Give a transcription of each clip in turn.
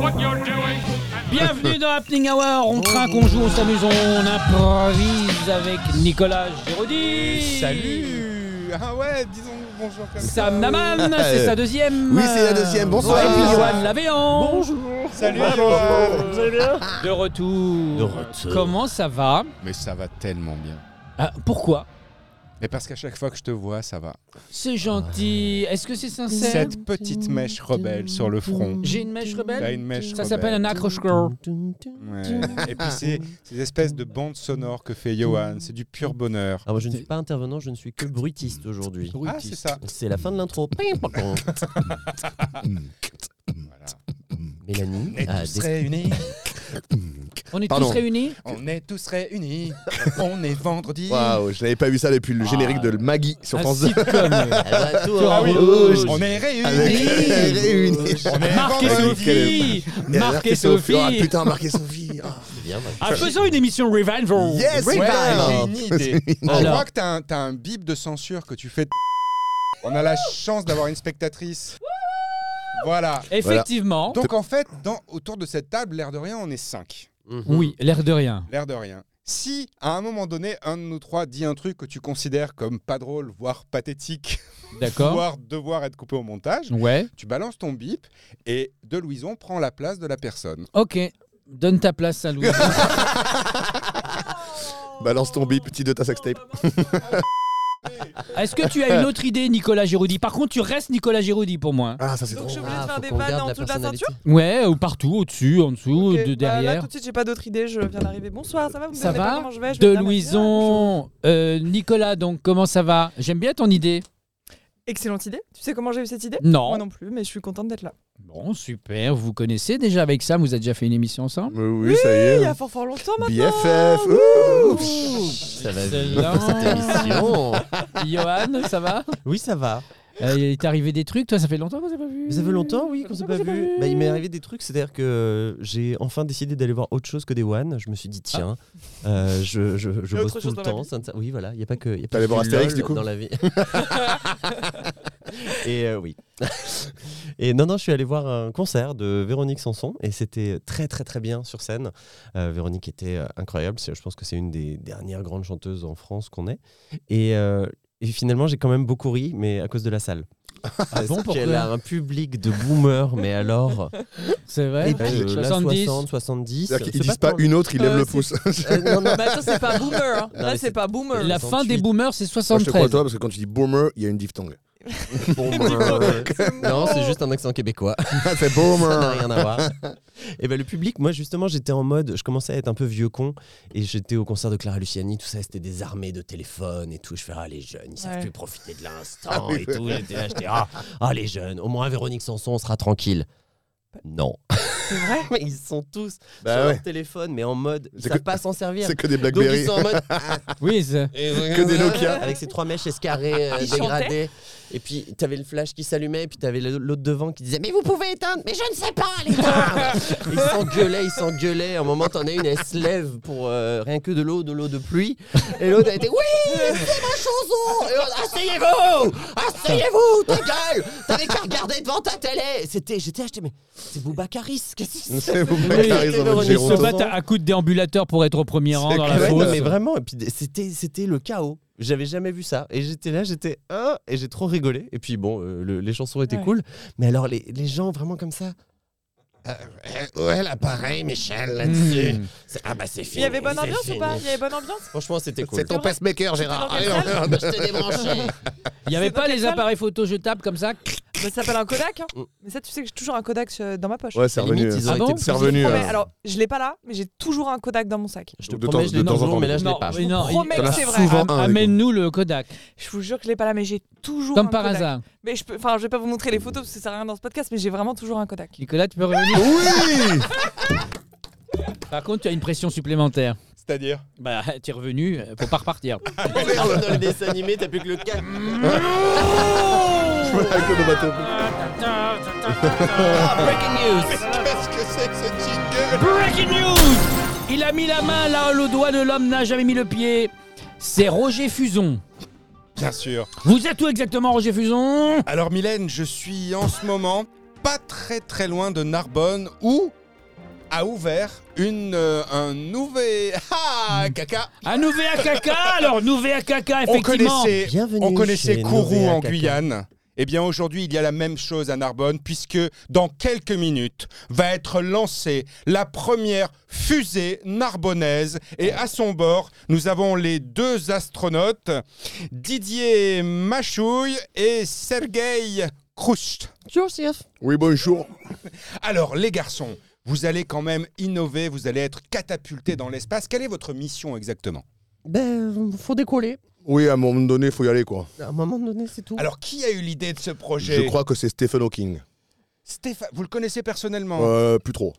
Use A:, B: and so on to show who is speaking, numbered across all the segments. A: what you're doing.
B: Bienvenue dans Happening Hour, on trinque, on joue, on s'amuse, on improvise avec Nicolas Géraudy.
C: Salut Ah ouais, disons-nous bonjour comme ça.
B: Sam Naman, c'est sa deuxième.
D: Oui, c'est la deuxième. Bonsoir.
B: Et puis Johan Lavéant.
C: Salut Johan
E: Vous allez bien
B: De retour.
D: De retour.
B: Comment ça va
C: Mais ça va tellement bien.
B: Ah, Pourquoi
C: Mais parce qu'à chaque fois que je te vois, ça va.
B: C'est gentil. Est-ce que c'est sincère
C: Cette petite mèche rebelle sur le front.
B: J'ai une mèche rebelle
C: T'as une mèche
B: Ça
C: rebelle.
B: s'appelle un acro scroll.
C: Ouais. Et puis ces, ces espèces de bandes sonores que fait Johan, c'est du pur bonheur.
E: Alors Ah, moi, je ne suis pas intervenant, je ne suis que bruitiste aujourd'hui.
C: Ah, c'est ça.
E: C'est la fin de l'intro.
C: Voilà.
E: Mélanie
C: On est
E: a
C: tous
E: des-
C: réunis.
B: On est
D: Pardon.
B: tous réunis
C: On est tous réunis. On est vendredi.
D: Waouh, je n'avais pas vu ça depuis le générique de Maggie sur
B: Un
D: France 2.
B: sitcom.
E: Elle va tout
B: Ah
E: en
B: oui.
E: rouge.
C: On est réunis.
D: Avec
B: Oui.
D: réunis.
C: On est
B: Marc et
C: vendredi.
B: Sophie Marc et Sophie
D: Ah putain, Marc et Sophie. Ah.
E: C'est bien, moi.
B: Ah, Faisons une émission revival
D: Yes,
C: Ouais, j'ai
D: putain.
C: une idée. Je
B: Alors.
C: crois que t'as un, t'as un bip de censure que tu fais. de- On a la chance d'avoir une spectatrice. Voilà.
B: Effectivement.
C: Donc en fait, dans, autour de cette table, l'air de rien, on est cinq.
E: Mhm.
B: Oui, l'air de rien.
C: L'air de rien. Si, à un moment donné, un de nous trois dit un truc que tu considères comme pas drôle, voire pathétique,
B: D'accord
C: voire devoir être coupé au montage,
B: Ouais.
C: tu balances ton bip et de Louison prend la place de la personne.
B: Ok. Donne ta place à Louis.
D: Balance ton bip, petit de ta sextape.
B: Est-ce que tu as une autre idée, Nicolas Giraudy Par contre, tu restes Nicolas Giraudy pour moi. hein.
D: Ah, ça c'est
F: Donc
D: drôle.
F: je suis obligée
E: Ah,
F: de
E: faut
F: faire des
E: qu'on
F: vannes
E: garde
F: en
E: la
F: dessous de la
E: personnalité.
F: ceinture
B: Ouais, ou partout, au-dessus, en dessous,
F: Ok,
B: de
F: bah là,
B: derrière.
F: tout de suite, j'ai pas d'autre idée, je viens d'arriver. Bonsoir, ça va Vous me
B: Ça
F: demandez pas
B: va
F: comment je vais, je
B: de
F: vais bien, bien, bien.
B: Louison, euh, Nicolas, donc comment ça va J'aime bien ton idée.
F: Excellente idée. Tu sais comment j'ai eu cette idée Moi
B: Non.
F: non plus, mais je suis contente d'être là.
B: Bon, super. Vous connaissez déjà avec Sam, vous avez déjà fait une émission ensemble
D: Mais oui, ça y
F: Il y
D: est.
F: a fort fort longtemps maintenant
D: BFF. ouh.
E: Ça va
B: Excellent.
E: vite, cette émission.
B: Johan, ça va
E: Oui, ça va.
B: Euh, Il t'est arrivé des trucs, toi, ça fait longtemps qu'on s'est pas vu
E: Mais ça fait longtemps, oui, qu'on s'est pas vu. Bah, il m'est arrivé des trucs, c'est-à-dire que euh, j'ai enfin décidé d'aller voir autre chose que des One. Je me suis dit, tiens, euh, je, je, je
F: Il y a
E: bosse
F: autre
E: tout
F: chose dans
E: le
F: la
E: temps.
F: vie.
E: ça ne sert- oui, voilà, il n'y a pas que. y a pas
D: T'allais
E: que
D: voir
E: du
D: Astérix,
E: LOL
D: du coup
E: Dans la vie. et euh, oui. Et non, non, je suis allé voir un concert de Véronique Sanson et c'était très, très, très bien sur scène. Euh, Véronique était euh, incroyable. C'est- Je pense que c'est une des dernières grandes chanteuses en France qu'on ait. Et, euh, et finalement, j'ai quand même beaucoup ri, mais à cause de la salle. Parce
B: Ah bon, pourquoi
E: qu'elle a un public de boomers, mais alors.
B: C'est vrai
E: Et puis, euh, là,
B: 70.
E: 60, 70.
D: C'est-à-dire qu'ils
E: c'est
D: disent pas
E: tant-
D: une autre, ils lèvent
F: Euh,
D: le
F: c'est-
D: pouce.
E: Euh, non, non,
F: Bah attends, c'est pas boomer hein.
E: Non,
F: Là,
E: mais
F: c'est
E: c'est-
F: pas boomer
B: La fin des
E: 68.
B: boomers, c'est
D: Moi, je te crois
B: 73.
D: toi parce que quand tu dis boomer, il y a une diphtongue.
E: Boomer.
F: C'est
E: Non,
F: mon-
E: c'est juste un accent québécois.
D: c'est
E: Ça n'a
D: boomer.
E: rien à voir. Et Ah. ben le public, moi justement, j'étais en mode, je commençais à être un peu vieux con et j'étais au concert de Clara Luciani, tout ça, c'était des armées de téléphones et tout. Je fais ah les jeunes, ils savent
F: Ouais.
E: plus profiter de l'instant et tout. J'étais là, j'étais ah, ah les jeunes, au moins Véronique Sanson, on sera tranquille. Ben, Non,
F: C'est vrai
E: mais ils sont tous
D: Bah
E: sur
D: ouais.
E: leur téléphone, mais en mode,
D: C'est
E: ils savent
D: que-
E: pas s'en servir.
D: C'est que des
E: Donc ils
D: Blackberry.
E: sont en mode
B: Oui, c'est-
D: Que des Nokia.
E: avec ses trois mèches escarrées euh,
F: Il
E: dégradées. Et puis t'avais le flash qui s'allumait, et puis t'avais le- l'autre devant qui disait Mais vous pouvez éteindre Mais je ne sais pas l'éteindre Ils s'engueulaient, ils s'engueulaient. À un moment, t'en as une, elle se lève pour euh, rien que de l'eau, de l'eau de pluie. Et l'autre, elle était Oui, c'est ma chanson Et l'autre, Asseyez-vous Asseyez-vous Ta gueule T'avais qu'à regarder devant ta télé C'était, J'étais acheté, mais c'est Boubacaris Qu'est-ce que c'est
D: C'est Blackberry dans
E: Oui,
D: notre
B: Ils se
D: Géronto.
B: battent à à coups de déambulateur pour être au premier rang
D: C'est
B: dans la
D: clair.
E: Ouais,
B: fosse.
E: non, mais vraiment, et puis des- c'était c'était le chaos. J'avais jamais vu ça. Et j'étais là, j'étais hein, et j'ai trop rigolé. Et puis bon, euh, le- les chansons étaient
F: Ouais.
E: cool. Mais alors, les, les gens vraiment comme ça. Euh, euh, ouais, l'appareil, Michel, là-dessus.
B: Mmh.
E: C'est- Ah bah c'est
F: Il
E: fini.
F: y avait bonne
E: c'est
F: ambiance ou
E: fini.
F: pas Il y avait bonne ambiance
E: Franchement, c'était cool.
D: C'est ton pacemaker, Gérard.
F: C'était
D: Allez,
F: dans quelle
D: on-
E: Je t'ai débranché.
B: Il n'y avait
F: C'est dans
B: pas
F: quelle
B: les
F: salle
B: appareils photo jetables comme ça
F: Bah, Ça s'appelle un Kodak hein.
E: Mm.
F: Mais ça, tu sais que j'ai toujours un Kodak euh, dans ma poche
D: Ouais, c'est
E: Limite,
D: revenu.
E: ils hein. auraient
B: Ah
E: été
B: bon
D: C'est
E: plus-
D: revenu.
F: Promets,
D: euh,
F: alors, je l'ai pas là, mais j'ai toujours un Kodak dans mon sac.
E: Je te
D: de
E: promets,
D: temps-
E: je l'ai
D: de
E: dans le
D: temps en
E: jour, mais
D: temps,
E: là, je
B: non,
E: l'ai pas.
B: mais non,
F: vous
B: il-
F: promets
D: t'en
F: que
D: as
F: c'est vrai.
D: souvent un, Rico.
B: Amène-nous le Kodak,
F: Je vous jure que je l'ai pas là, mais j'ai toujours
B: comme
F: un
B: par
F: Kodak.
B: hasard.
F: Mais je peux, enfin, je vais pas vous montrer les photos parce que ça sert à rien dans ce podcast, mais j'ai vraiment toujours un Kodak.
B: Nicolas, tu peux revenir
D: Oui
B: Par contre, tu as une pression supplémentaire.
C: C'est-à-dire
B: Bah, tu es revenu, euh, faut pas repartir.
E: Dans le dessin animé, t'as plus que le cas.
D: Je vois la conomatopée.
B: Ah,
C: Qu'est-ce que c'est que ce jingle
B: Breaking news Il a mis la main là, le doigt de l'homme n'a jamais mis le pied. C'est Roger Fuson.
C: Bien sûr.
B: Vous êtes où exactement, Roger Fuson
C: Alors Mylène, je suis en ce moment pas très très loin de Narbonne où a ouvert une, euh, un nouvel... Ah,
E: Hmm.
C: caca
B: À Nouvéa Caca, alors Nouvéa Caca,
C: On
B: effectivement.
C: connaissait,
E: Bienvenue
C: on connaissait
E: chez
C: Kourou
E: Nouvéa
C: en
E: Caca.
C: Guyane. Eh bien, aujourd'hui, il y a la même chose à Narbonne, puisque dans quelques minutes va être lancée la première fusée narbonnaise. Et à son bord, nous avons les deux astronautes, Didier Machouille et Sergueï Kroucht.
E: Joseph.
D: Oui, bonjour.
C: Alors, les garçons, vous allez quand même innover, vous allez être catapultés dans l'espace. Quelle est votre mission exactement
E: Ben, faut décoller.
D: Oui, à un moment donné, il faut y aller, quoi.
E: À un moment donné, c'est tout.
C: Alors, qui a eu l'idée de ce projet
D: Je crois que c'est Stephen Hawking.
C: Stéphane, vous le connaissez personnellement
D: Euh, plus trop.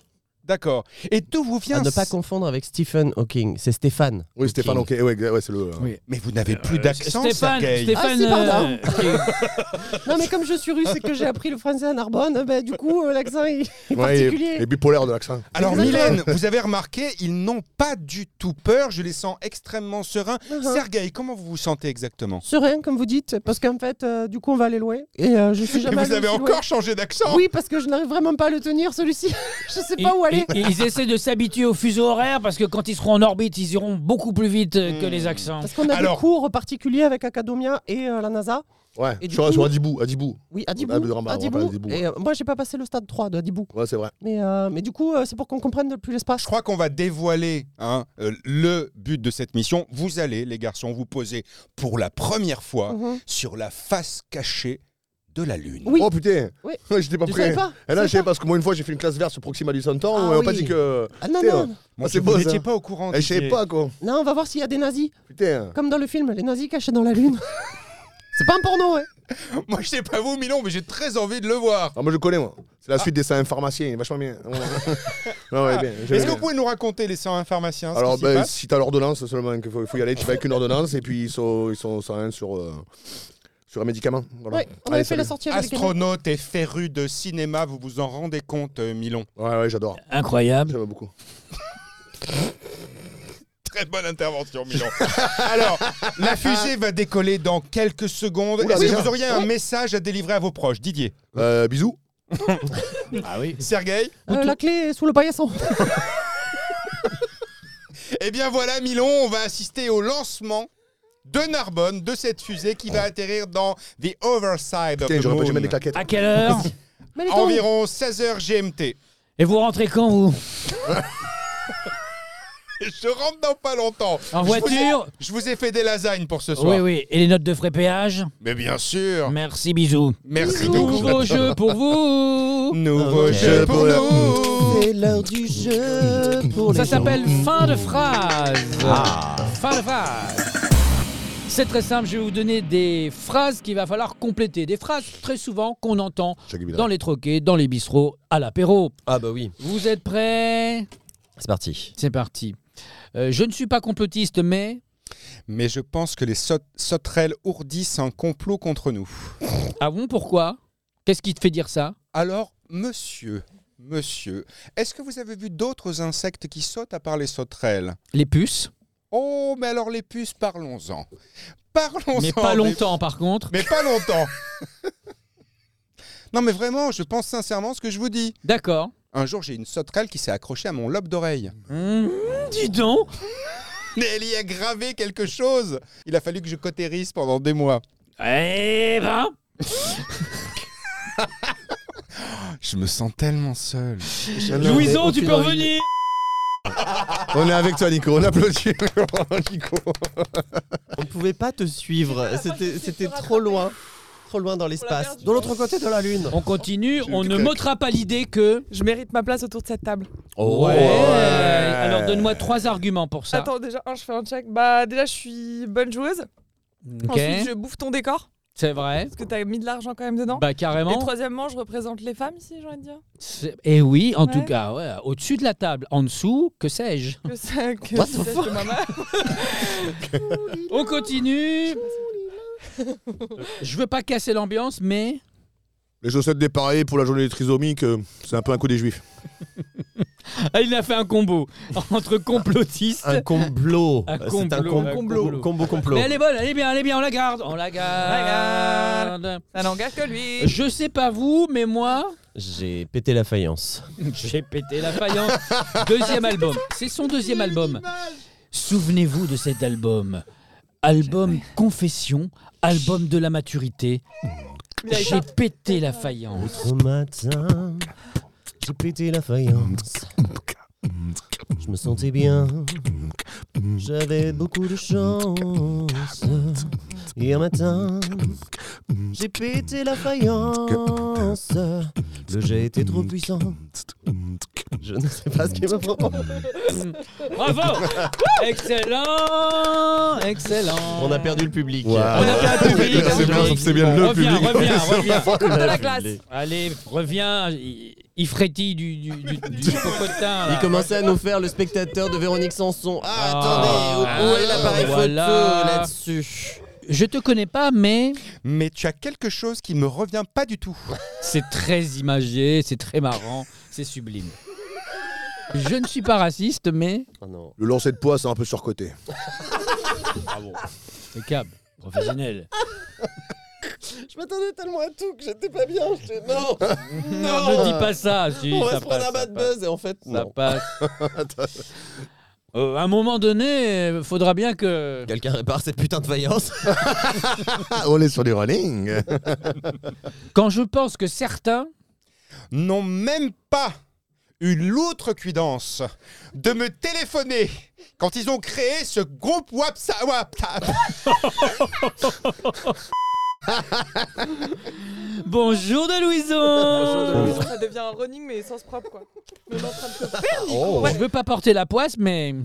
C: D'accord. Et d'où vous vient
E: à ne
C: ce-
E: pas confondre avec Stephen Hawking, c'est Stéphane.
D: Oui, Stephen Hawking. Ouais, ouais, c'est le. euh,
B: Oui.
C: Mais vous n'avez plus d'accent,
B: Stéphane,
C: Sergueï.
B: Stéphane,
E: Ah, si, pardon.
B: euh, qui-
E: Non, mais comme je suis russe et que j'ai appris le français à Narbonne, ben, du coup, euh, l'accent est est
D: Ouais, il est-
E: particulier.
D: il est bipolaire de l'accent.
C: Alors
E: Exactement.
C: Mylène, vous avez remarqué, ils n'ont pas du tout peur, je les sens extrêmement sereins.
E: Uh-huh.
C: Sergueï, comment vous vous sentez exactement
E: Serein, comme vous dites, parce qu'en fait, euh, du coup, on va aller loin. Et euh, je suis
C: Et
E: jamais
C: vous
E: allée
C: avez
E: aussi loin.
C: encore changé d'accent
E: Oui, parce que je n'arrive vraiment pas à le tenir, celui-ci. je sais pas où aller.
B: Ils- ils- ils essaient de s'habituer au fuseau horaire parce que quand ils seront en orbite, ils iront beaucoup plus vite euh, que
C: Hmm.
B: les accents.
E: Parce qu'on a
C: Alors-
E: des cours particuliers avec Academia et euh, la NASA.
D: Ouais,
E: Et du
D: sur,
E: coup-
D: sur Adibou, Adibou.
E: Oui,
D: Ah, mais vraiment,
E: Adibou.
D: vraiment, Adibou,
E: Adibou.
D: ouais.
E: Et euh, moi, j'ai pas passé le stade 3 de Adibou.
D: Ouais, c'est vrai.
E: Mais, euh, mais du coup, euh, c'est pour qu'on comprenne plus
C: Je
E: l'espace.
C: crois qu'on va dévoiler hein, euh, le but de cette mission. Vous allez, les garçons, vous poser pour la première fois
E: Mhm.
C: sur la face cachée de la Lune.
E: Oui.
D: Oh putain
E: Oui.
D: J'étais pas
E: Tu
D: prêt.
E: savais pas
D: Et là,
E: Tu
D: je sais
E: savais
D: pas, parce que moi, une fois, j'ai fait une classe verte sur Proxima du Centaure,
E: Ah
D: on m'a pas
E: oui.
D: dit que.
E: Ah, non,
D: T'es,
E: non.
C: Moi,
D: Ah, c'est
C: je-
D: beau,
C: vous
D: ça.
C: n'étiez pas au courant.
D: Eh, je savais
C: Didier.
D: pas, quoi.
E: Non, on va voir s'il y a des nazis,
D: Putain.
E: comme dans le film, les nazis cachés dans la lune. c'est pas un porno, hein. ouais.
C: Moi, je sais pas vous, Milon, mais j'ai très envie de le voir.
D: Ah, moi, je connais, moi. C'est la suite des saints pharmaciens, il est vachement bien. non, ouais, bien. j'aime
C: Est-ce que
D: bien.
C: vous pouvez nous raconter, les 101 pharmaciens, ce
D: Alors,
C: qui s'y
D: ben,
C: passe
D: si t'as l'ordonnance seulement, qu'il faut, faut y aller, tu vas avec une ordonnance, et puis ils sont, ils sont sans rien sur, euh, sur un médicament. Voilà.
E: Ouais, on
D: Allez,
E: avait fait la
D: salut.
E: sortie avec les nazis.
C: Astronaute et féru de cinéma, vous vous en rendez compte, euh, Milon
D: Ouais, ouais, j'adore.
B: Incroyable.
D: J'aime beaucoup.
C: Très bonne intervention, Milon. Alors, la fusée va décoller dans quelques secondes.
D: Oula,
C: Est-ce que
D: déjà Oh.
C: vous auriez un message à délivrer à vos proches Didier
D: Euh, bisous.
B: Ah oui.
C: Sergueï
E: Euh, la clé est sous le paillasson.
C: Eh bien voilà, Milon, on va assister au lancement de Narbonne, de cette fusée qui va atterrir dans The Overside of
D: Putain,
C: the
D: j'aurais pas
C: Moon.
D: jamais des claquettes.
B: À quelle heure
E: Mais les temps-
C: Environ 16h GMT.
B: Et vous rentrez quand vous
C: Je rentre dans pas longtemps.
B: En
C: Je vous ai-
B: voiture
C: Je vous ai fait des lasagnes pour ce soir.
B: Oui, oui. Et les notes de frais péage
C: Mais bien sûr.
B: Merci, bisous.
C: Merci beaucoup.
B: Nouveau jeu pour vous.
C: Nouveau
E: Ok.
C: jeu pour nous.
E: C'est l'heure du jeu pour
B: Ça
E: les gens.
B: s'appelle fin de phrase. Fin de phrase. C'est très simple, je vais vous donner des phrases qu'il va falloir compléter. Des phrases très souvent qu'on entend
D: Jackie Bidard.
B: dans les troquets, dans les bistrots, à l'apéro.
E: Ah bah oui,
B: Vous êtes prêts
E: c'est parti.
B: C'est parti. Euh, je ne suis pas complotiste, mais.
C: Mais je pense que les sau- sauterelles ourdissent un complot contre nous.
B: Ah bon, pourquoi Qu'est-ce qui te fait dire ça
C: Alors, monsieur, monsieur, est-ce que vous avez vu d'autres insectes qui sautent à part les sauterelles
B: Les puces
C: Oh, mais alors les puces, parlons-en. Parlons-en.
B: Mais pas longtemps, par contre.
C: Mais, pas longtemps. non, mais vraiment, je pense sincèrement ce que je vous dis.
B: D'accord.
C: Un jour, j'ai une sauterelle qui s'est accrochée à mon lobe d'oreille.
B: Mmh, dis donc
C: Mais elle y a gravé quelque chose. Il a fallu que je cotérisse pendant des mois.
B: Eh ben
C: Je me sens tellement seul.
B: Louison, tu peux revenir
D: On est avec toi, Nico. On applaudit. Nico.
E: On pouvait pas te suivre, c'était c'était trop loin. Trop loin dans l'espace.
F: perdu.
E: De l'autre côté de la lune.
B: On continue,
D: J'ai
B: on
D: une
B: ne
D: claque.
B: m'ôtera pas l'idée que.
F: Je mérite ma place autour de cette table.
E: Oh,
B: Alors donne-moi trois arguments pour ça.
F: Attends, déjà, un, je fais un check. Bah, déjà, je suis bonne joueuse.
B: Ok,
F: Ensuite, je bouffe ton décor.
B: c'est vrai.
F: Parce que t'as mis de l'argent quand même dedans.
B: Bah
F: Et
B: carrément.
F: troisièmement, je représente les femmes ici, j'ai envie de dire.
B: C'est- Eh oui, en tout
F: Ouais.
B: cas, ouais, au-dessus de la table, en dessous, que sais-je
F: Que ça, que
E: What the
F: c'est
E: fuck
F: de maman.
B: On continue. Je veux pas casser l'ambiance, mais
D: Les chaussettes dépareillées pour la journée des trisomiques, euh, c'est un peu un coup des juifs.
B: Ah, il a fait un combo entre complotiste.
E: complot.
B: Un complot,
E: C'est un com-
B: un complot.
E: complot. Combo complot.
B: Mais elle est bonne, elle est bien, elle est bien, on la garde, on la garde.
F: Ça n'engage que lui.
B: Je sais pas vous, mais moi,
E: J'ai pété la faïence.
B: J'ai pété la faïence. Deuxième album. C'est son deuxième album. Souvenez-vous de cet album. Album Confession, album de la maturité. J'ai pété la faïence.
E: Au matin, j'ai pété la faïence. Je me sentais bien. J'avais beaucoup de chance. Hier matin, j'ai pété la faïence. Le jet était trop puissant. Je ne sais pas ce qui me prend.
B: Bravo Excellent Excellent
E: On a perdu le public.
D: Wow.
B: On a perdu le public.
D: C'est bien,
B: Reviens,
D: c'est bien le
B: reviens,
D: public.
B: reviens, reviens.
F: T'as la classe.
B: Allez, reviens. Il, il frétille du, du, du, du cocotin,
E: Il
B: là.
E: commençait à nous faire le spectateur de Véronique Sanson. Ah,
B: Ah,
E: attendez, où est l'appareil
B: voilà.
E: photo là-dessus
B: Je te connais pas, mais
C: Mais tu as quelque chose qui me revient pas du tout.
B: c'est très imagé, c'est très marrant, c'est sublime. Je ne suis pas raciste, mais.
E: Oh non.
D: Le lancer de poids, c'est un peu surcoté.
B: Impeccable, professionnel.
E: Je m'attendais tellement à tout que j'étais pas bien. J'étais non,
B: Non, ne dis pas ça. Si,
E: On
B: ça
E: va se prendre
B: passe,
E: un
B: ça
E: bad
B: passe.
E: buzz et en fait,
B: Ça
E: non.
B: passe. Euh, à un moment donné, euh, faudra bien que.
E: Quelqu'un répare cette putain de faïence.
D: Ah, on est sur du running.
B: Quand je pense que certains.
C: N'ont même pas eu l'autre cuidance de me téléphoner quand ils ont créé ce groupe WhatsApp. WhatsApp.
B: Bonjour de Louison
F: Euh, Ça devient un running, mais sans se propre, quoi. Même en train de se-
B: Je veux pas porter la poisse, mais.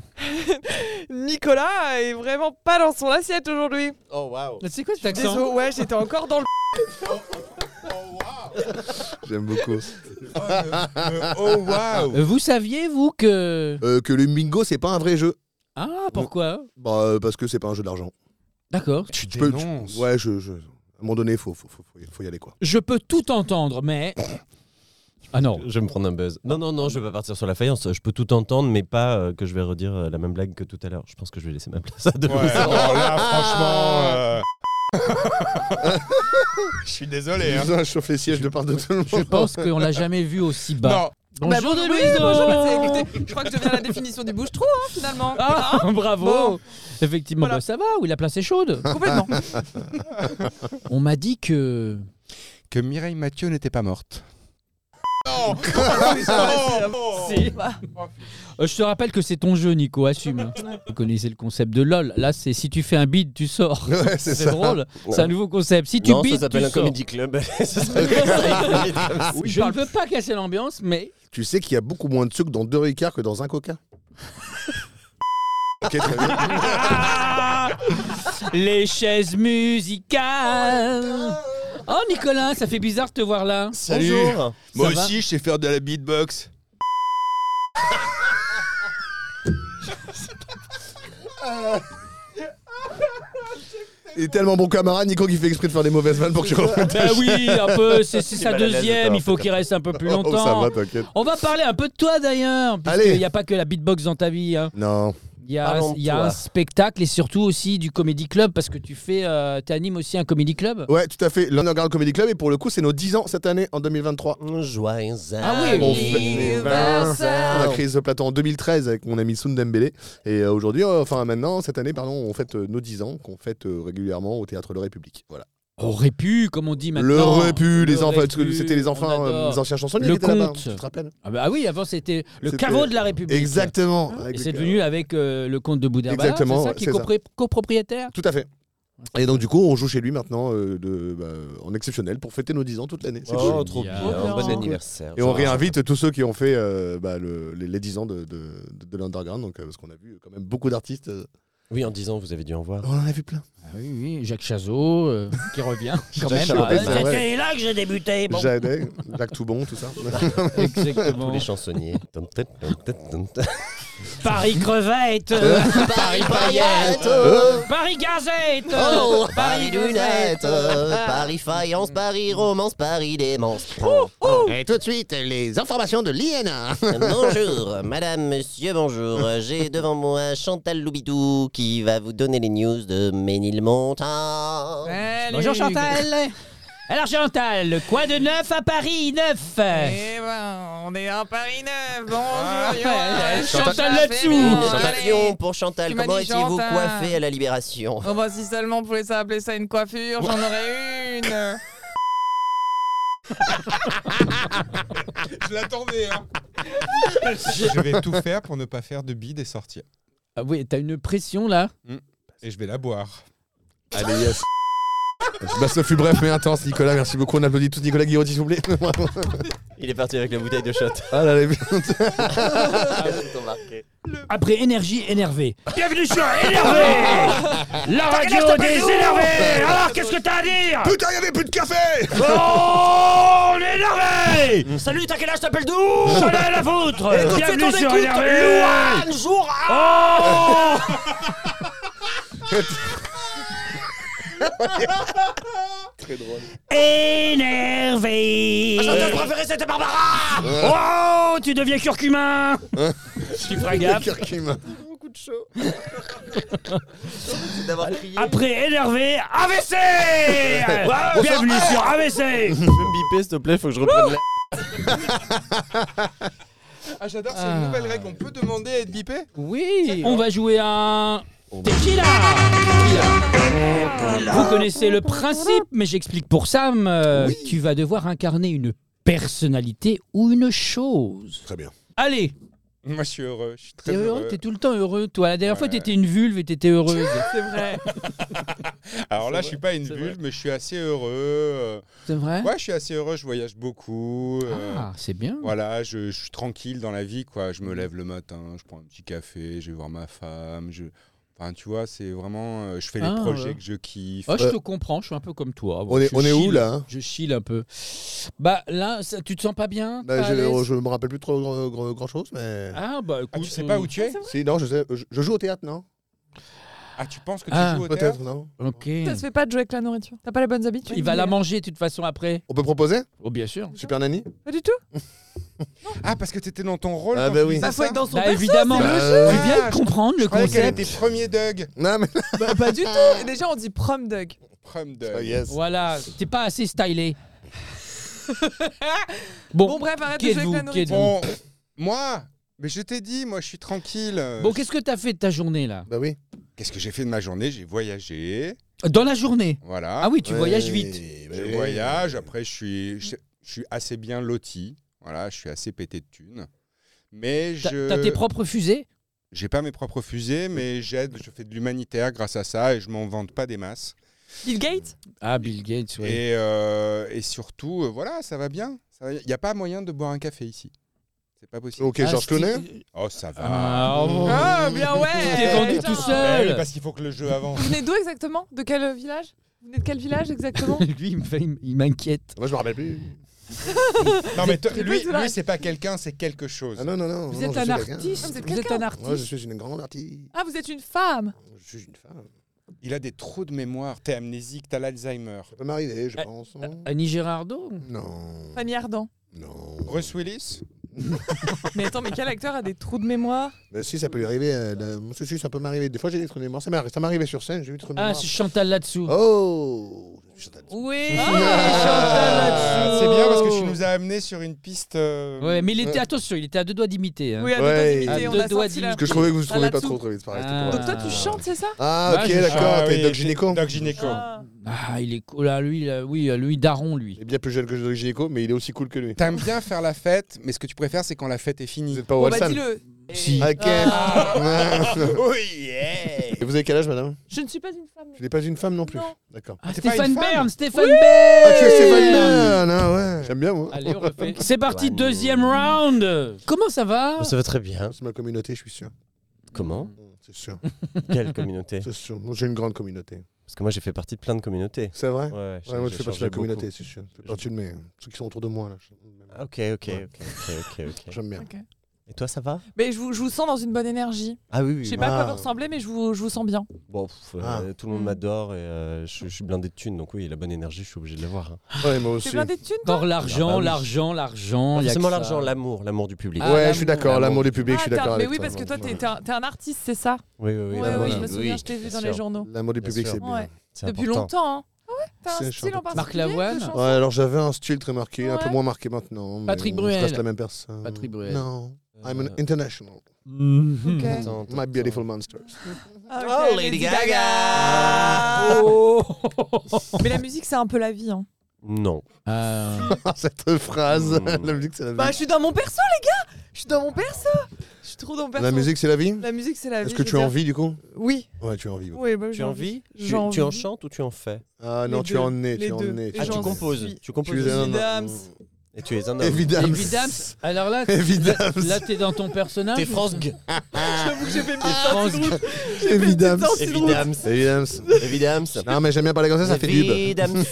F: Nicolas est vraiment pas dans son assiette aujourd'hui.
E: Oh waouh.
B: C'est quoi cet accent
F: Désolé, ouais, j'étais encore dans le.
D: J'aime beaucoup.
C: Euh, oh waouh
B: Euh, Vous saviez, vous, que.
D: Euh, que le bingo, c'est pas un vrai jeu.
B: Ah, pourquoi
D: Bah, euh, parce que c'est pas un jeu d'argent.
B: D'accord.
C: Tu
D: Je peux-
C: dénonces.
D: Ouais, je, je- à un moment donné, faut, faut, faut, faut y- faut y aller quoi.
B: Je peux tout entendre, mais. Ah non.
E: Je vais me prendre un buzz. Non, non, non, je vais pas partir sur la faïence. Je peux tout entendre, mais pas euh, que je vais redire euh, la même blague que tout à l'heure. Je pense que je vais laisser ma place à deux.
C: Ouais, alors Oh là, franchement. euh, Je suis désolé. hein.
D: Je chauffe les sièges de part de tout le
B: Je pense qu'on l'a jamais vu aussi bas.
C: Non,
F: Bah,
B: Bonjour de
F: oui,
B: Louison
F: bonjour, bah, c'est- écoutez, je crois que je deviens la définition du bouche-trou, hein, finalement.
B: Ah, bravo
F: Bon.
B: Effectivement,
F: Voilà.
B: bah, ça va, oui, la place est chaude.
F: Complètement.
B: On m'a dit que...
C: que Mireille Mathieu n'était pas morte.
B: Si. Euh, Je te rappelle que c'est ton jeu, Nico, assume. Vous connaissez le concept de LOL. Là, c'est si tu fais un bid, tu sors.
D: Ouais, c'est
B: c'est
D: ça.
B: drôle. C'est un nouveau concept. Si tu
E: non, ça
B: bides, tu
E: s'appelle un
B: sors.
E: comedy club.
B: Je ne veux pas casser l'ambiance, mais
D: Tu sais qu'il y a beaucoup moins de sucre dans deux Ricard que dans un Coca. ok, très bien.
B: Ah. les chaises musicales. Oh Nicolas, ça fait bizarre de te voir là.
C: Salut.
E: Bonjour.
C: Moi
B: Ça va
C: aussi, je sais faire de la beatbox.
D: Il est tellement bon camarade, Nico, qui fait exprès de faire des mauvaises vannes pour que tu remontes.
B: Ben oui, un peu, c'est c'est sa
E: mal à l'aise de
B: deuxième, il
E: t'avoir
B: faut qu'il reste un peu plus
D: Oh, ça
B: longtemps.
D: va, t'inquiète.
B: On va parler un peu de toi d'ailleurs,
D: Allez.
B: puisqu'il n'y a pas que la beatbox dans ta vie. hein.
D: Non.
B: Il y a,
E: Parlons de
B: il y a
E: toi.
B: un spectacle et surtout aussi du comedy club, parce que tu fais, euh, t'animes aussi un comedy club.
D: Ouais, tout à fait. L'Underground Comedy Club, et pour le coup, c'est nos 10 ans cette année, en 2023.
E: Joyeux
B: Ah oui,
D: On
E: anniversaire.
D: fait les On a créé ce plateau en 2013 avec mon ami Sundembele. Et euh, aujourd'hui, euh, enfin maintenant, cette année, pardon, on fête euh, nos 10 ans qu'on fête euh, régulièrement au Théâtre Le République. Voilà.
B: Aurait pu, comme on dit maintenant.
D: le Répu, les
B: Le
D: enfants, parce que
B: Répu,
D: c'était les enfants,
B: on
D: euh,
B: adore.
D: les anciens chansonniers
B: Le
D: qui étaient là-bas.
B: conte.
D: Tu te rappelles
B: Ah, bah oui, avant c'était le
D: C'était-
B: caveau de la République.
D: Exactement.
B: Et
D: Avec
B: c'est
D: le-
B: devenu avec euh, le comte de Boudherbala, c'est
D: Exactement,
B: ça qui est
D: c'est ça.
B: copré- copropriétaire
D: Tout à fait. Et donc, du coup, on joue chez lui maintenant euh, de, bah, en exceptionnel pour fêter nos 10 ans toute l'année. C'est cool.
E: Oh, trop bien.
B: Génial.
E: Bon anniversaire.
D: Et on réinvite tous ceux qui ont fait euh, bah, le- les, les 10 ans de, de, de- de l'Underground, donc, euh, parce qu'on a vu quand même beaucoup d'artistes. euh,
E: Oui, en 10 ans, vous avez dû en voir.
D: on en a vu plein.
B: Ah oui, oui, Jacques Chazot euh, qui revient quand
D: Jacques
B: même.
D: Chazot,
B: Ah,
D: c'est
B: C'était
D: vrai.
B: là que j'ai débuté. bon.
D: Jadé, Jacques Toubon, tout ça.
E: Tous
B: Exactement.
E: les chansonniers. Tum, tum, tum, tum, tum, tum.
B: Paris crevette, euh, Paris paillette, euh, Paris gazette, euh, Paris lunette.
E: Paris faïence, Paris romance, Paris démence.
A: Et tout de suite, les informations de l'INA.
E: Bonjour, madame, monsieur, bonjour. J'ai devant moi Chantal Loubitou qui va vous donner les news de Ménilmontant.
B: Bonjour Chantal. À l'Argental, quoi de neuf à Paris Neuf
F: Eh ben, on est à Paris 9. Bonjour,
B: Ah. ouais,
F: Johan.
B: Chantal
F: Ça fait
B: là-dessous.
F: bon,
E: Chantal
F: allez.
E: Fillon pour Chantal,
F: Tu m'as
E: comment
F: dit
E: étiez-vous
F: Chantal.
E: coiffé à la Libération
F: Oh bah si seulement on pouvait ça appeler ça une coiffure, j'en aurais une.
C: Je l'attendais, hein. Je vais tout faire pour ne pas faire de bide et sortir.
B: Ah oui, t'as une pression là
C: Et je vais la boire.
D: Allez, yes. Bah, ce fut bref mais intense, Nicolas. Merci beaucoup. On applaudit tous Nicolas Guillotti, s'il vous plaît.
E: Il est parti avec la bouteille de shot.
D: ah là, là,
B: Après énergie énervée. Bienvenue sur énervé La radio des énervés Alors qu'est-ce que t'as à dire
D: Putain, il y avait plus de café
B: Oh, on est énervé Salut, t'as quel âge t'appelles d'où Chanel la vôtre Bienvenue sur énervé Oh
D: Très drôle.
B: Énervé
E: chanteuse
B: préférée, c'était Barbara Oh, tu deviens curcumin Tu feras gaffe.
D: Curcuma.
E: D'avoir crié.
B: Après énervé, AVC Bienvenue sur AVC
E: Tu peux me biper s'il te plaît, faut que je reprenne la.
C: Ah, j'adore, c'est une nouvelle règle. On peut demander à être bipé
B: Oui Oh. On va jouer un... Tequila Vous connaissez le principe, mais j'explique pour Sam. euh, Tu vas devoir incarner une personnalité ou une chose.
D: Très bien.
B: Allez
C: Moi, je suis heureux. Je suis très
B: T'es heureux,
C: heureux.
B: t'es tout le temps heureux, toi. La dernière
C: Ouais.
B: fois, t'étais une vulve et t'étais heureuse.
F: C'est vrai.
C: Alors là,
B: C'est
C: je suis pas une
B: c'est
C: bulle,
B: vrai.
C: mais je suis assez heureux.
B: C'est vrai
C: euh, Ouais, je suis assez heureux. Je voyage beaucoup. euh,
B: Ah, c'est bien.
C: Voilà, je, je suis tranquille dans la vie, quoi. Je me lève le matin, je prends un petit café, je vais voir ma femme. Je... Enfin, tu vois, c'est vraiment. euh, je fais
B: Ah,
C: les projets
B: ouais.
C: que je kiffe.
B: Oh, je
D: Euh,
B: te comprends, je suis un peu comme toi.
D: on est-
B: Je
D: on est où,
B: chille.
D: là, hein
B: Je chile un peu. Bah là, ça- tu te sens pas bien
D: Bah,
B: pas à
D: je,
B: l'aise
D: je me rappelle plus trop grand, grand- grand chose, mais.
B: Ah bah écoute,
C: Ah, tu sais
B: on-
C: pas où tu es
D: Si, non, je sais. Je, je joue au théâtre, non
C: Ah, tu penses que tu
B: Ah,
C: joues au théâtre
D: Peut-être, non
B: Ok.
F: Ça se fait pas de jouer avec la nourriture. T'as pas les bonnes habitudes.
B: Il va la manger de toute façon après.
D: On peut proposer
B: Oh bien sûr.
D: Super Nani
F: Pas du tout.
C: Ah, parce que t'étais dans ton rôle.
D: Ah,
C: quand
D: bah
C: tu
D: oui.
C: disais
E: Bah, faut
C: ça
E: être dans son
B: Bah
E: perso.
B: évidemment.
D: Bah,
B: Tu
D: euh,
B: viens de comprendre le
C: Je croyais qu'elle
B: concept.
C: était premier Doug.
D: Non, mais.
B: euh.
F: Bah, pas du tout. Déjà on dit prom dog.
C: Prom
D: Ah,
C: Doug.
D: yes.
B: Voilà, t'es pas assez stylé. bon,
F: Bon bref, arrête
B: qui
F: de jouer avec la
B: êtes-vous Qui
F: nourriture.
B: êtes-vous Bon,
C: Bon, moi, mais je t'ai dit, moi, je suis tranquille.
B: qu'est-ce que t'as fait de ta journée là
D: Bah oui.
C: Qu'est-ce que j'ai fait de ma journée J'ai voyagé.
B: Dans la journée
C: Voilà.
B: Ah oui, tu
D: Ouais,
B: voyages vite.
D: bah
C: Je
D: oui.
C: voyage, après je suis, je, je suis assez bien loti, voilà, je suis assez pété de thunes. Mais
B: T'as t'as tes
C: je
B: propres fusées
C: j'ai pas mes propres fusées, mais j'aide, je fais de l'humanitaire grâce à ça et je m'en vante pas des masses.
F: Bill Gates
B: Ah, Bill Gates, ouais.
C: Et, euh, et surtout, euh, voilà, ça va bien. Il n'y a pas moyen de boire un café ici. C'est pas possible.
D: Ok, Georges Clooney
C: Oh, ça va.
B: Ah, oh.
F: Ah bien ouais.
B: Tu t'es vendu
F: Putain.
B: tout
C: Eh oui,
B: seul
C: parce qu'il faut que le jeu avance.
F: Vous venez d'où exactement De quel euh, village Vous venez de quel village exactement
B: Lui, il me fait- il m'inquiète.
D: Moi, je me rappelle plus.
C: non, mais toi-
F: Vous êtes
C: lui,
F: tous là.
C: lui, c'est pas quelqu'un, c'est quelque chose.
D: Ah non, non, non.
B: Vous
D: non,
B: êtes
D: je
B: un
D: suis quelqu'un.
B: artiste.
F: Ah, Vous êtes
B: Ah, Vous êtes un
F: quelqu'un.
D: Moi, je
B: artiste.
D: suis une grande artiste.
F: Ah vous êtes une femme.
D: Je suis une femme.
C: Il a des trous de mémoire. T'es amnésique, t'as l'Alzheimer.
D: Ça peut m'arriver, je
B: Euh,
D: pense. hein.
B: Annie Gérardo
D: Non.
F: Fanny Ardant.
D: Non.
C: Bruce Willis
F: Mais attends, mais quel acteur a des trous de mémoire
D: Bah, si, ça peut lui arriver. euh, là, moi, si, si, ça peut m'arriver. Des fois, j'ai des trous de mémoire. Ça m'est arrivé- ça m'est arrivé sur scène, j'ai eu des trous de
B: Ah,
D: mémoire.
B: c'est Chantal là-dessous.
D: Oh Chantal.
F: Oui.
C: Ah,
B: Chantal
C: C'est bien parce que
B: là-dessous.
C: tu nous as amené sur une piste. euh,
B: Ouais, mais il était, attention, il était à deux doigts d'imiter. hein.
F: Oui, Ah, à
D: Ouais.
F: deux doigts d'imiter,
B: À
F: on
B: deux
F: a
B: doigts
F: sorti la...
D: Parce que je trouvais que vous ne
F: Ah,
D: trouviez pas
F: là-dessous.
D: trop trop vite, pareil.
B: Ah.
D: c'était pour
F: Donc
D: rien.
F: toi, tu chantes, c'est ça
D: Ah,
B: Bah,
D: ok,
B: je-
D: d'accord.
C: Ah,
D: T'es
C: oui,
D: Doc Gynéco.
C: Doc Gynéco.
F: Ah.
B: Ah, il est cool. Là, lui, là, oui, euh, lui, daron, lui.
D: Il est bien plus jeune que Doc Gynéco, mais il est aussi cool que lui.
C: T'aimes bien faire la fête, mais ce que tu préfères, c'est quand la fête est
D: Vous
C: finie.
D: n'êtes pas au
F: Bon, bah
D: Walsall
F: dis-le.
B: Si.
D: Ok. Ah.
B: Ah.
C: Oh yeah
D: Et vous avez quel âge, madame
F: Je ne suis pas une femme.
D: Je n'ai pas une femme non plus.
F: Non.
D: D'accord.
B: Ah,
C: t'es pas une
B: Stéphane
C: femme
B: Bern, Stéphane Bern
D: Ah, tu es Stéphane Bern, hein, ouais. J'aime bien, moi.
B: Allez, on refait. C'est parti, deuxième round. Oh, Comment ça
D: Ah.
B: va
E: Ça va très bien.
D: C'est ma communauté, je suis sûr.
E: Comment
D: Mmh, C'est sûr.
E: Quelle communauté
D: C'est sûr. Moi, J'ai une grande communauté.
E: Parce que moi j'ai fait partie de plein de communautés.
D: C'est vrai
E: Ouais, ouais, j'ai-
D: Ouais, moi,
E: j'ai
D: je fais partie
E: changé
D: de la
E: beaucoup.
D: communauté, c'est sûr. Je fais partie de mes... ceux qui sont autour de moi, là.
E: Ah, Ok, ok, ok, ok, ok, ok.
D: J'aime bien.
F: Ok.
E: Et toi ça va
F: Mais je vous, je vous sens dans une bonne énergie.
E: Ah oui, oui.
F: Je sais
E: oui.
F: pas à quoi
D: Ah.
F: vous ressemblez, mais je vous, je vous sens bien.
E: Bon, pff, euh,
D: Ah.
E: tout le monde m'adore et euh, je, je suis blindé de thunes, donc oui, la bonne énergie, je suis obligé de l'avoir. hein.
D: Ouais, moi
F: T'es
D: aussi.
F: plein des thunes, toi
B: Encore l'argent,
E: Ah bah oui.
B: l'argent, l'argent.
E: Pas
F: Ah,
B: Ah, y a que
E: forcément
B: ça.
E: l'argent, l'amour, l'amour du public.
B: Ah,
D: Ouais, je suis
B: l'amour.
D: d'accord. L'amour du public, je suis
F: Ah, t'es
D: d'accord
F: un-
D: avec
F: Mais oui, parce que toi, t'es t'es un, t'es un artiste, c'est ça
E: Oui, oui, oui.
F: Ouais,
D: voilà.
F: oui, je me souviens,
E: Oui,
F: je t'ai vu
E: bien
F: dans
E: sûr.
F: les journaux.
D: L'amour du
E: Bien
D: public,
E: sûr.
D: c'est bien.
F: Ouais.
E: C'est
F: Depuis
E: important.
F: longtemps, hein. T'as
D: C'est
F: un
D: un
F: style en
D: chanteur.
B: Marc
F: particulier
B: Lavoine
F: de chanson
D: Ouais, alors j'avais un style très marqué, un peu
F: Ouais.
D: moins marqué maintenant. mais
B: Patrick
D: bon,
B: Bruel.
D: Je reste la même personne.
B: Patrick Bruel.
D: Non. I'm
B: Euh,
D: an international.
B: mhm.
F: Ok.
E: Attends, attends,
D: My beautiful monsters.
F: Ah, ok,
E: Oh, Lady
F: Ah.
E: Gaga.
B: Oh.
F: Mais la musique, c'est un peu la vie. Hein.
E: Non.
B: Euh,
D: Ah, Cette phrase,
E: Mm.
D: la musique c'est la vie.
F: Bah, je suis dans mon perso, les gars Je suis dans mon perso Je suis trop dans mon perso.
D: la musique c'est la vie
F: La musique, c'est la vie.
D: Est-ce que
F: je
D: tu as
F: veux dire.
D: envie du coup
F: Oui.
D: Ouais, tu as envie. ouais.
F: oui bah,
E: Tu
F: j'ai
E: as envie tu,
F: J'ai envie.
E: tu en chantes ou tu en fais
D: Ah non,
F: Les
D: tu
F: deux.
D: en es,
F: Les
D: tu en
F: deux.
D: es.
F: Et
E: Ah,
F: j'en
E: tu composes.
F: suis
E: Tu
D: Tu
E: composes.
D: es
E: aussi.
D: un
F: Évidemment.
E: Et tu es un homme.
D: Évidemment.
B: Évidemment. Alors là,
D: Évidemment.
B: là t'es dans ton personnage.
E: T'es France G.
F: J'avoue que j'ai fait une
B: T'es
F: petite
B: France
F: sortie de route.
D: Évidemment.
F: J'ai fait une petite sortie de route.
E: Évidemment.
D: Évidemment.
E: Évidemment.
D: Non, mais j'aime bien parler comme ça, ça fait dub.
E: Évidemment.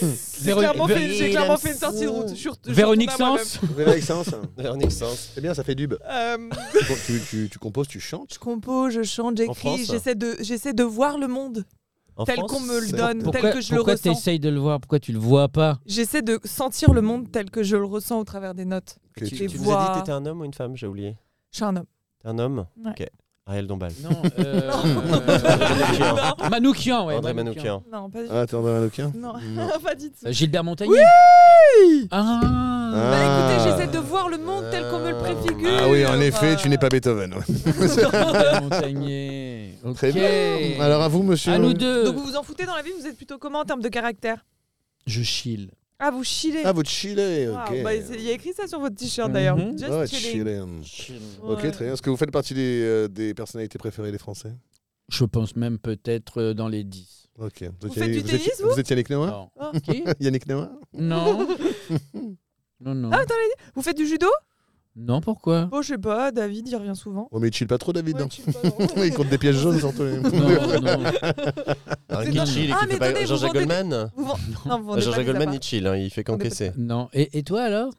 F: J'ai clairement, fait- j'ai
E: Véro-
F: clairement fait une sortie de route. Je suis- je suis
B: Véronique
F: retournée à moi-même.
B: Sans
D: Relaxance.
E: Véronique Sans.
D: C'est bien, ça fait dub.
F: Euh,
D: Tu, tu- tu- tu composes, tu chantes.
F: Je compose, je chante,
E: France
F: j'écris, j'essaie de, j'essaie de voir le monde
E: En
F: tel
E: France,
F: qu'on me le
E: c'est-
F: donne,
B: Pourquoi,
F: tel que je le
B: pourquoi
F: ressens.
B: t'essayes de le voir Pourquoi tu le vois pas
F: J'essaie de sentir le monde tel que je le ressens au travers des notes.
D: Que
E: Tu,
D: tu-
E: tu
F: les
E: nous as
F: voix.
E: dit t'étais un homme ou une femme J'ai oublié.
F: Je suis un homme.
E: T'es un homme
F: Ouais.
E: Ok. Ariel Dombal.
B: Non. euh,
E: Manoukian.
B: Manoukian, ouais.
E: André
B: Manoukian.
E: Manoukian.
F: Non, pas du tout.
D: Ah, t'es André Manoukian
F: Non,
D: Non.
F: pas du tout.
B: Euh, Gilbert Montagnier. ah.
F: Bah écoutez,
D: Ah.
F: j'essaie de voir le monde tel qu'on me le préfigure.
D: Ah oui, en
F: Enfin,
D: effet, tu n'es pas Beethoven. ouais.
F: Ah.
B: Gilbert Montagnier. Ok.
D: Très bien. Alors à vous, monsieur.
B: à nous deux.
F: Donc vous vous en foutez dans la vie, vous êtes plutôt comment en termes de caractère
B: Je chill.
F: Ah, vous chillez.
D: Ah, votre Chile,
F: Waouh,
D: ok. Ah,
F: bah, c'est- il y a écrit ça sur votre t-shirt d'ailleurs.
B: Mhm.
F: Just
D: Ouais,
F: chilling.
D: Chile. Ok,
F: Ouais.
D: très bien. Est-ce que vous faites partie des, euh, des personnalités préférées des Français
B: Je pense même peut-être euh, dans les 10.
D: Ok. Vous,
F: faites du
D: vous
F: tennis,
D: étiez-
F: vous
D: êtes Yannick Noah
B: Non.
F: Oh.
B: Qui
D: Yannick Noah
B: Non. Non, non.
F: Ah, attendez, vous faites du judo
B: Non, pourquoi
F: Bon, Oh, je sais pas, David, il revient souvent.
D: Oh, mais il chill pas trop, David.
F: Ouais,
D: non
F: tu sais pas, non.
D: il compte des pièces jaunes surtout.
B: Non, non.
E: Un
F: C'est
E: qui
F: dans-
E: chill et
F: Ah,
E: qui
F: mais
E: fait pas
F: attendez, vous
E: Jean-Jacques
F: vendez-
E: Goldman Euh,
F: Vous vend- non, vous vendez pas
E: Jean-Jacques
F: des
E: Goldman,
F: apparts.
E: il chill, hein, il fait
F: Vendez pas
E: qu'encaisser.
B: Non. Et, et toi alors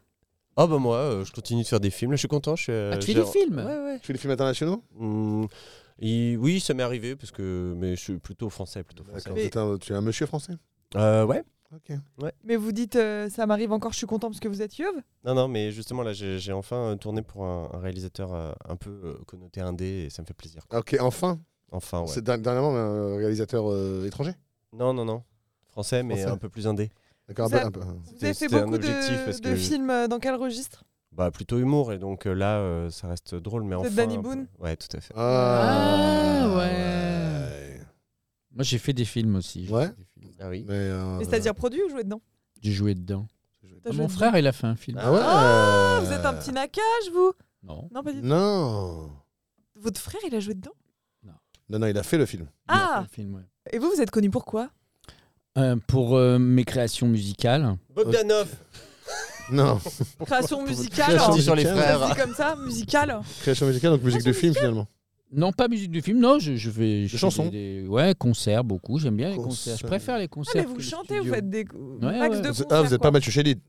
E: Ah bah moi, euh, je continue de faire des films. Là, je suis content. Je suis, euh,
B: Ah, Tu fais
E: j'ai-
B: des films
D: Tu fais des films internationaux
E: Hmm, il- Oui, ça m'est arrivé parce que mais je suis plutôt français, plutôt français.
D: D'accord.
F: Mais-
D: Vous êtes un- Tu es un monsieur français
E: Euh, ouais.
D: Ok.
F: Mais vous dites, euh, ça m'arrive encore, je suis content parce que vous êtes yeuve.
E: Non, non, mais justement là, j'ai j'ai enfin euh, tourné pour un, un réalisateur euh, un peu euh, connoté indé et ça me fait plaisir. quoi.
D: Ok, enfin.
E: Enfin, ouais.
D: C'est dernier- dernièrement un réalisateur euh, étranger
E: Non, non, non. Français, mais
D: Français.
E: un peu plus indé.
D: D'accord, un
F: Vous
D: peu-
F: avez-
D: un peu. hein.
F: Vous avez fait
E: C'était un
F: beaucoup
E: objectif,
F: de,
E: parce
F: de
E: que-
F: films euh, dans quel registre
E: Bah plutôt humour et donc euh, là, euh, ça reste drôle, mais
F: Vous
E: enfin.
F: êtes Danny
E: un peu-
F: Boone
E: Ouais, tout à fait.
B: Ah,
D: ouais.
B: Moi j'ai fait des films aussi. J'ai
D: Ouais.
B: fait des films.
E: Ah oui.
D: Mais. euh,
F: Mais C'est-à-dire produit ou jouer dedans
B: J'ai joué dedans.
F: T'as joué
B: Ah, mon
F: dedans
B: frère il a fait un film.
D: Ah ouais
F: Ah, Vous êtes un petit naquage, vous
B: Non.
F: Non, pas du tout.
D: Non.
F: Votre frère, il a joué dedans
D: Non, non, il a fait le film.
B: Il a fait
F: Ah
B: un film, ouais.
F: Et vous, vous êtes connu pour quoi
B: Euh, pour euh, mes créations musicales.
E: Bogdanov
D: Non.
F: Création musicale hein.
D: Création
F: alors.
E: sur les
D: musicale.
E: frères.
F: C'est comme ça, musicale Ah,
D: Création musicale, donc musique de film finalement.
B: Non, pas musique du film, non, je, je vais. je fais
D: chansons.
B: des- des- Ouais, concerts, beaucoup, j'aime bien les
D: Concerts.
B: concerts. Je préfère les
F: Ah,
B: concerts.
F: mais
B: que
F: vous
B: le
F: chantez, vous
B: studio.
F: faites des
B: Ouais,
F: max
B: ouais.
F: de
D: Vous-
F: concerts,
D: Ah, vous êtes
F: quoi.
D: pas Mathieu Chédid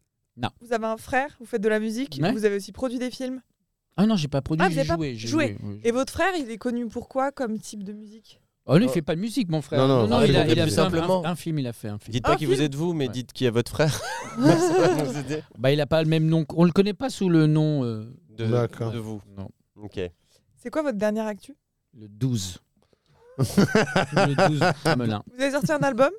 F: Vous avez un frère, vous faites de la musique,
B: Ouais.
F: vous avez aussi produit des films.
B: Ah non, j'ai pas produit,
F: Ah, vous
B: j'ai
F: avez pas
B: joué. j'ai
F: joué.
B: joué, oui.
F: Et votre frère, il est connu pour quoi comme type de musique
B: Oh, lui, il
E: Oh.
B: fait pas de musique, mon frère.
D: Non, non,
B: il, a,
E: racontez
B: il a
E: plus
B: fait un-
E: simplement.
B: Un, un film, il a fait un film.
E: Dites pas
F: Un
E: qui
F: film.
E: vous êtes vous, mais
B: Ouais.
E: dites qui est votre frère. Ça va nous aider.
B: Bah, il a pas le même nom. On le connaît pas sous le nom. euh,
E: De,
D: D'accord.
E: de vous.
B: Non.
E: Ok.
F: C'est quoi votre dernière actu
B: Le 12. le 12 Hamelin.
F: Vous avez sorti un album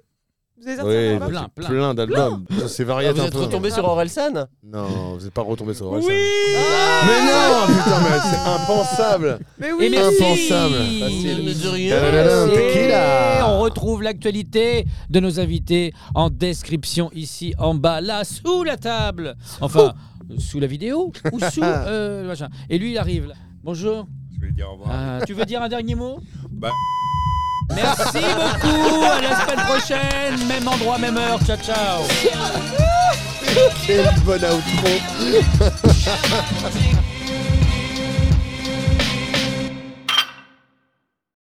F: Vous avez sorti un
D: Oui,
F: album
B: Plein,
D: plein,
B: plein.
D: plein d'albums. C'est varié
E: Ah, vous
D: un
E: êtes
D: peu.
E: retombé sur Orelsan
D: Non, vous n'êtes pas retombé sur hein.
F: Oui
D: Orelsan. Mais non, putain, mais c'est impensable.
F: Ah Mais oui
B: Eh, mais
D: Impensable.
B: si
D: Facile.
E: Mesurieux.
D: Tadadadam,
B: Et
D: Tequila.
B: on retrouve l'actualité de nos invités en description ici en bas, là sous la table. Enfin, euh, sous la vidéo ou sous euh, le machin. Et lui, il arrive. là. Bonjour.
C: Je vais dire au revoir.
B: Ah, tu veux dire un dernier mot
C: Bah.
B: Merci beaucoup. À la semaine prochaine. Même endroit, même heure. Ciao, ciao.
D: Quelle bonne outro.
G: Music.